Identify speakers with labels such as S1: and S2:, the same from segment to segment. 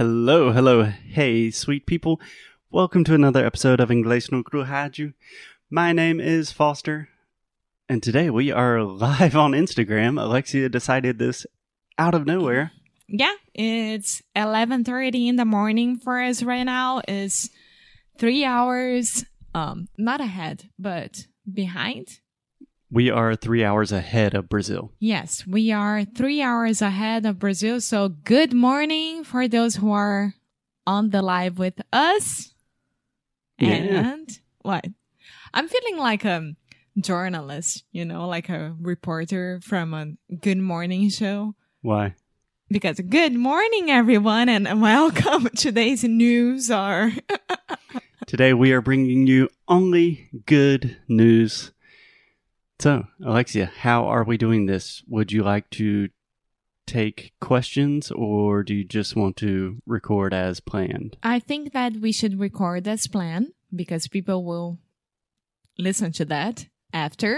S1: Hello, hello, hey, sweet people. Welcome to another episode of Inglês no Rádio. My name is Foster, and today we are live on Instagram. Alexia decided this out of nowhere.
S2: Yeah, it's 11:30 in the morning for us right now. It's 3 hours um not ahead, but behind.
S1: We are three hours ahead of Brazil.
S2: Yes, we are 3 hours ahead of Brazil. So good morning for those who are on the live with us.
S1: Yeah.
S2: And what? I'm feeling like a journalist, you know, like a reporter from a good morning show
S1: Why?
S2: because good morning everyone and welcome to today's news are
S1: Today we are bringing you only good news. So, Alexia, how are we doing this? Would you like to take questions or do you just want to record as planned?
S2: i think that we should record as planned because people will listen to that after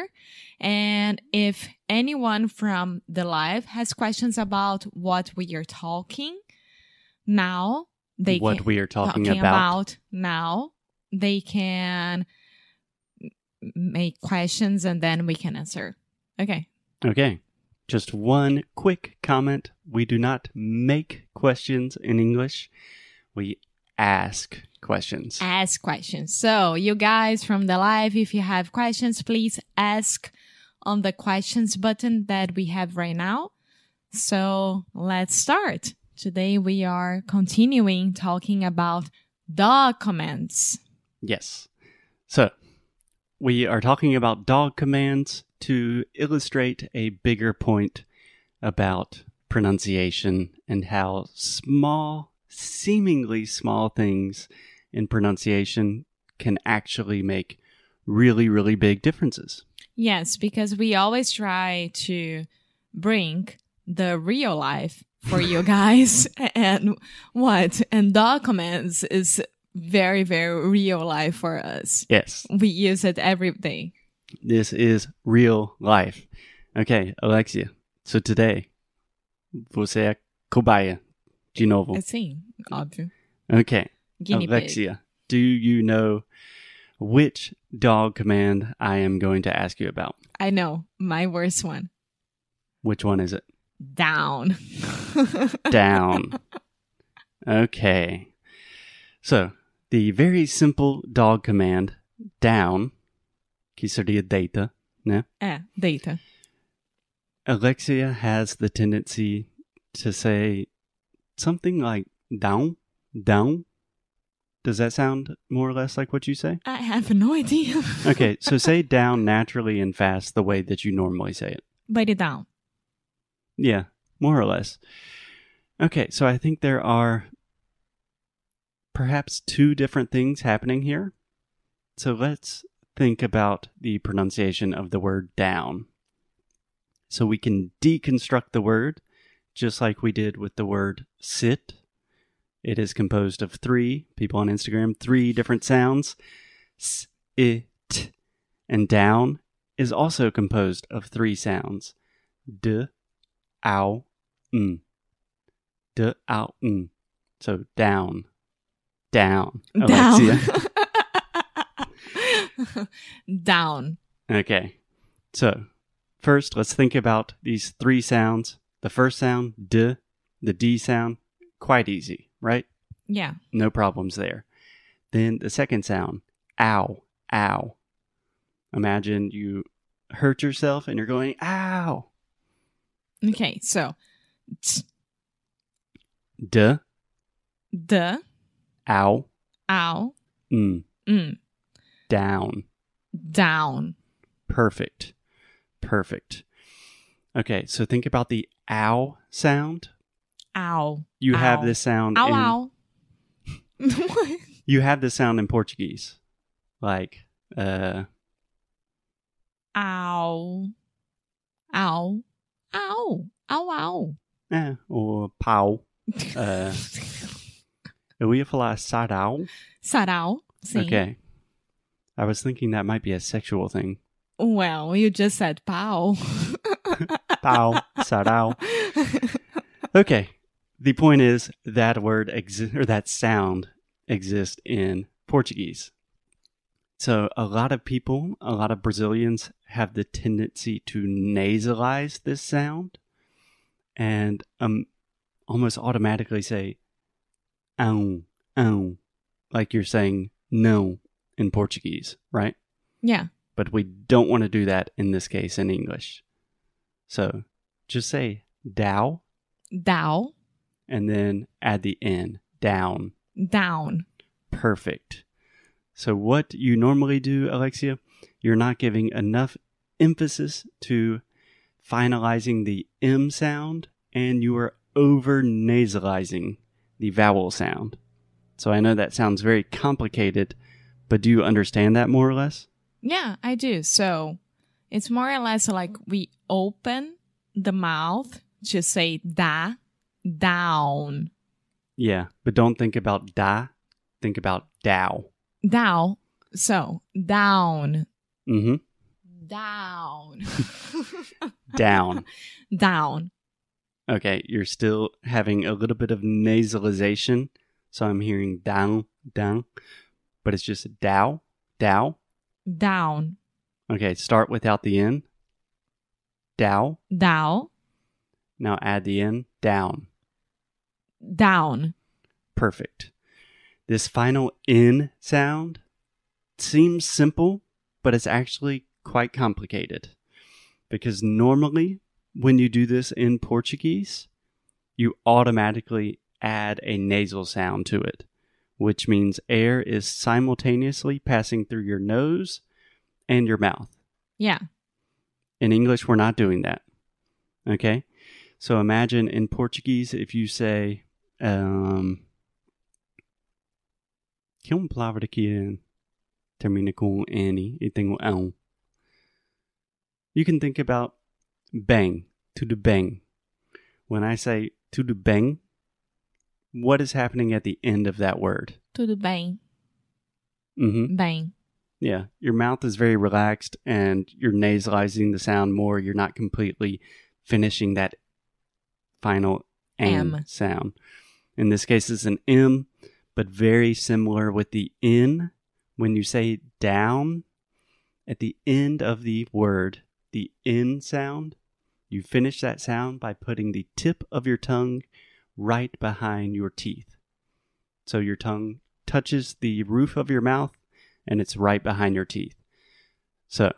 S2: and if anyone from the live has questions about what we are talking now they
S1: what
S2: can
S1: we are talking, about.
S2: now they can m- make questions and then we can answer okay
S1: Okay. Just one quick comment. We do not make questions in English. We ask questions.
S2: ask questions. So, you guys from the live, if you have questions, please ask on the questions button that we have right now. So, let's start. Today, we are continuing talking about documents.
S1: Yes. So, we are talking about dog commands to illustrate a bigger point about pronunciation and how small, seemingly small things in pronunciation can actually make really, really big differences.
S2: Yes, because we always try to bring the real life for you guys and what? And documents is very, very real life for us.
S1: Yes,
S2: We use it every day.
S1: this is real life. Okay, Alexia. So today, você é cobaia de novo.
S2: Sim, óbvio.
S1: Okay.
S2: Guinea pig.
S1: Alexia, do you know which dog command I am going to ask you about?
S2: I know. My worst one.
S1: Which one is it?
S2: Down.
S1: Down. okay. So, the very simple dog command, down, que seria deita, né?
S2: é, deita.
S1: Alexia has the tendency to say something like down, down. Does that sound more or less like what you say?
S2: I have no idea.
S1: Okay, so say down naturally and fast the way that you normally say it.
S2: But it down.
S1: Yeah, more or less. Okay, so I think there are perhaps two different things happening here. So let's think about the pronunciation of the word down. So we can deconstruct the word just like we did with the word sit. It is composed of three people on Instagram, three different sounds. S, I, t. And down is also composed of three sounds. D, ow, mm. D, ow, mm. So down, down.
S2: Down.
S1: Alexia.
S2: down.
S1: Okay. So, first, let's think about these three sounds. The first sound, D, the D sound, quite easy, right?
S2: Yeah.
S1: No problems there. Then the second sound, ow, ow. Imagine you hurt yourself and you're going, ow.
S2: Okay, so t-
S1: D,
S2: the
S1: ow,
S2: ow
S1: mm,
S2: mm,
S1: down.
S2: down.
S1: Perfect. Perfect. Okay, so think about the ow sound.
S2: Ow.
S1: You have
S2: Ow.
S1: this sound
S2: Ow
S1: in
S2: ow. What?
S1: you have the sound in Portuguese, like uh,
S2: ow. Ow. Ow. Ow ow.
S1: eh, or pau. Uh, Eu ia falar sarau.
S2: Sarau. Sim.
S1: Okay. I was thinking that might be a sexual thing.
S2: Well, you just said pow.
S1: Pau, sarau. Okay. The point is that word exi- or that sound exists in Portuguese. So a lot of people, a lot of Brazilians have the tendency to nasalize this sound and um almost automatically say ow ow like you're saying no in Portuguese, right?
S2: Yeah.
S1: But we don't want to do that in this case in English. So just say Dow
S2: Down.
S1: and then add the N, down.
S2: Down.
S1: Perfect. So, what you normally do, Alexia, you're not giving enough emphasis to finalizing the M sound and you are over nasalizing the vowel sound. So, I know that sounds very complicated, but do you understand that more or less?
S2: Yeah, I do. So it's more or less like we open the mouth to say da, down,
S1: Yeah, but don't think about da, think about dow.
S2: down. So down,
S1: Mm hmm.
S2: down,
S1: Down.
S2: down.
S1: Okay, you're still having a little bit of nasalization, so I'm hearing down, down, but it's just dow, dow.
S2: down,
S1: Okay, start without the n, dow.
S2: down,
S1: Now add the n, down.
S2: down.
S1: Perfect. This final n sound seems simple, but it's actually quite complicated because normally when you do this in Portuguese, you automatically add a nasal sound to it, which means air is simultaneously passing through your nose and your mouth.
S2: Yeah.
S1: In English, we're not doing that. Okay? So imagine in Portuguese, if you say, um, que é uma palavra que eh, termina com N e tem um ão? You can think about bang, tudo bem. When I say tudo bem, what is happening at the end of that word?
S2: Tudo bem,
S1: hmm
S2: bem.
S1: yeah, your mouth is very relaxed and you're nasalizing the sound more. You're not completely finishing that final M,
S2: M.
S1: sound. In this case, it's an M, but very similar with the N. When you say down at the end of the word, the N sound, you finish that sound by putting the tip of your tongue right behind your teeth. So your tongue touches the roof of your mouth and it's right behind your teeth. So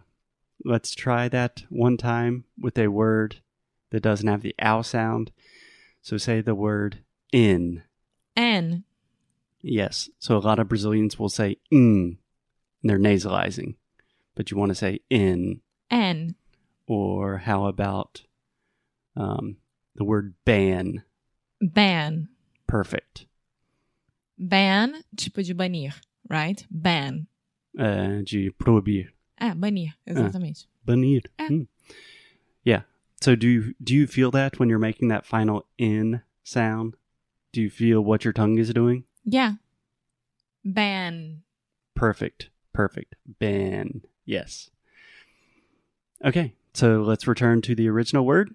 S1: let's try that one time with a word that doesn't have the ow sound. So say the word in.
S2: N,
S1: Yes. So a lot of Brazilians will say in. And they're nasalizing. But you want to say in.
S2: N,
S1: Or how about um, the word ban?
S2: ban.
S1: Perfect.
S2: Ban, tipo de banir, right? Ban.
S1: Uh, de proibir.
S2: É, banir, exatamente.
S1: Banir.
S2: Eh.
S1: Hmm. Yeah. So do you, do you feel that when you're making that final n sound? Do you feel what your tongue is doing?
S2: Yeah. Ban.
S1: Perfect. Perfect. Ben. Yes. Okay. So let's return to the original word.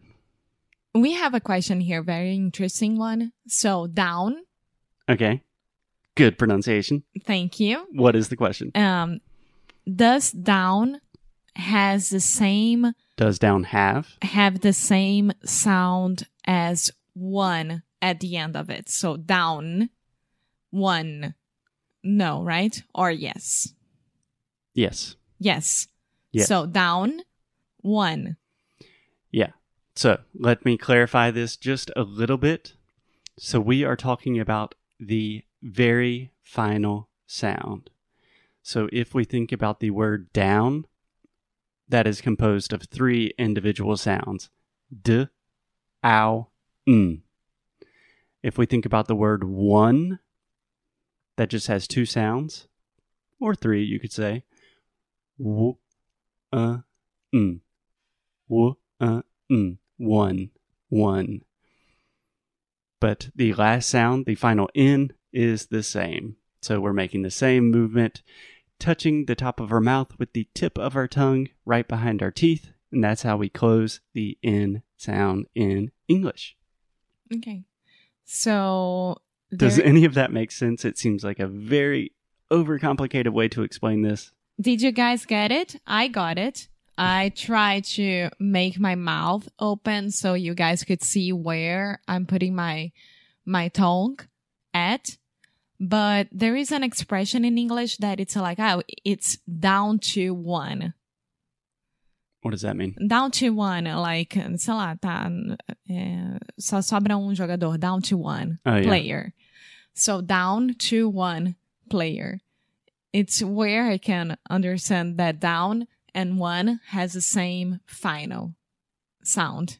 S2: We have a question here, very interesting one. So, down,
S1: Okay. Good pronunciation.
S2: thank you.
S1: What is the question?
S2: Um, does down has the same
S1: Does down have?
S2: have the same sound as one at the end of it? So, down, one, no, right? Or yes,
S1: Yes.
S2: yes.
S1: Yes.
S2: So, down, one,
S1: So let me clarify this just a little bit. So we are talking about the very final sound. So if we think about the word down, that is composed of three individual sounds d, ow, n. If we think about the word one, that just has two sounds, or three, you could say w, uh, n. W, uh, Mm, one, one. But the last sound, the final N, is the same. So we're making the same movement, touching the top of our mouth with the tip of our tongue right behind our teeth. And that's how we close the N sound in English.
S2: Okay. So
S1: Does
S2: there-
S1: any of that make sense? It seems like a very overcomplicated way to explain this.
S2: Did you guys get it? I got it. I tried to make my mouth open so you guys could see where I'm putting my my tongue at. But there is an expression in English that it's like oh it's down to one.
S1: What does that mean?
S2: Down to one, like, sei lá, tá. é, só sobra um jogador. Down to one
S1: Oh, yeah.
S2: player. So down to one player. It's where I can understand that down and one has the same final sound.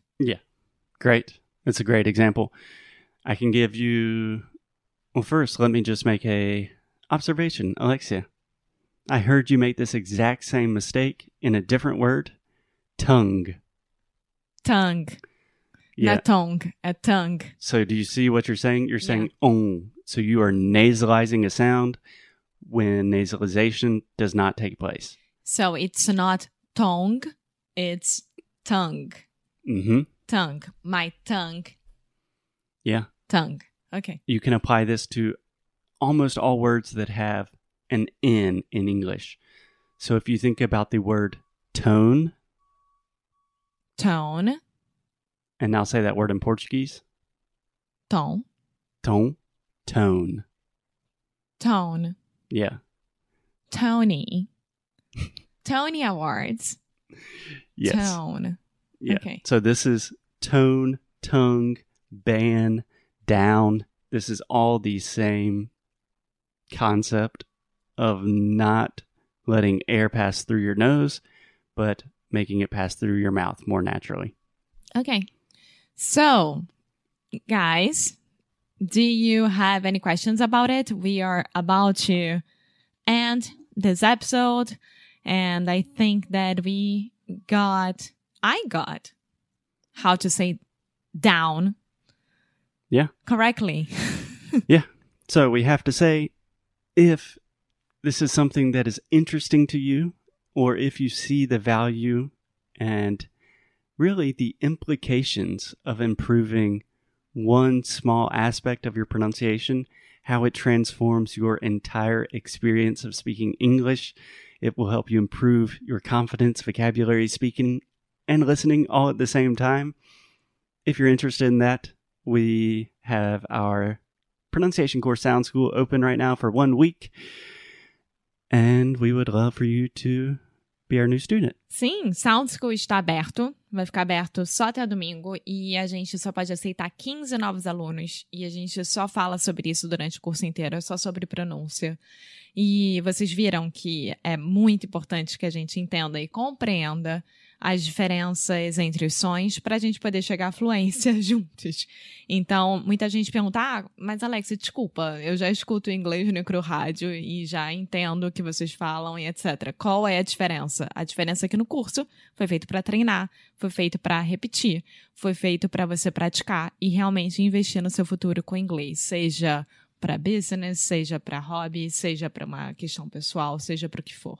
S1: Great. That's a great example. I can give you Well, first, let me just make a observation, Alexia. I heard you make this exact same mistake in a different word, tongue.
S2: Tongue,
S1: Yeah.
S2: not tongue, a tongue.
S1: so do you see what you're saying? You're
S2: Yeah.
S1: saying ong. So you are nasalizing a sound when nasalization does not take place.
S2: So it's not tongue, it's tongue,
S1: Mhm.
S2: tongue, my tongue,
S1: Yeah.
S2: tongue. Okay.
S1: you can apply this to almost all words that have an N in English. So if you think about the word tone,
S2: Tone,
S1: and I'll say that word in Portuguese,
S2: tom,
S1: tom, tone.
S2: tone,
S1: Yeah.
S2: Tony, Tony Awards,
S1: Yes.
S2: tone.
S1: Yeah.
S2: Okay.
S1: So this is tone, tongue, ban, down. This is all the same concept of not letting air pass through your nose, but making it pass through your mouth more naturally.
S2: Okay. So, guys, do you have any questions about it? We are about to end this episode. And I think that we got, I got how to say down.
S1: Yeah.
S2: Correctly.
S1: So we have to say if this is something that is interesting to you, or if you see the value and really the implications of improving one small aspect of your pronunciation, how it transforms your entire experience of speaking English. It will help you improve your confidence, vocabulary, speaking, and listening all at the same time. If you're interested in that, we have our pronunciation course sound school open right now for one week and we would love for you to be our new student
S2: Sim, Sound School está aberto. Vai ficar aberto só até domingo e a gente só pode aceitar 15 novos alunos. E a gente só fala sobre isso durante o curso inteiro, é só sobre pronúncia. E vocês viram que é muito importante que a gente entenda e compreenda as diferenças entre os sons para a gente poder chegar à fluência juntos. Então, muita gente pergunta, ah, mas Alex, desculpa, eu já escuto inglês no Cru Rádio e já entendo o que vocês falam e etc. Qual é a diferença? A diferença é que no curso foi feito para treinar, foi feito para repetir, foi feito para você praticar e realmente investir no seu futuro com inglês, seja para business, seja para hobby, seja para uma questão pessoal, seja para o que for.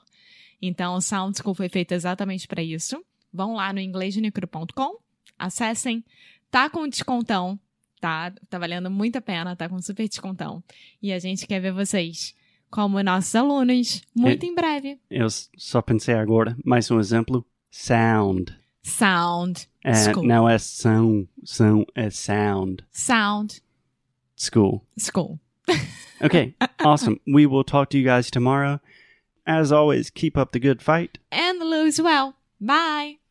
S2: Então, o Sound School foi feito exatamente para isso. Vão lá no inglêsnicro.com, acessem, tá com descontão, tá? Tá valendo muito a pena, tá com super descontão. E a gente quer ver vocês como nossos alunos muito em breve.
S1: eu s- só pensei agora mais um exemplo sound
S2: Sound
S1: É,
S2: School.
S1: não é são são é sound
S2: Sound
S1: school
S2: School.
S1: okay awesome we will talk to you guys tomorrow as always keep up the good fight
S2: And lose well. Bye!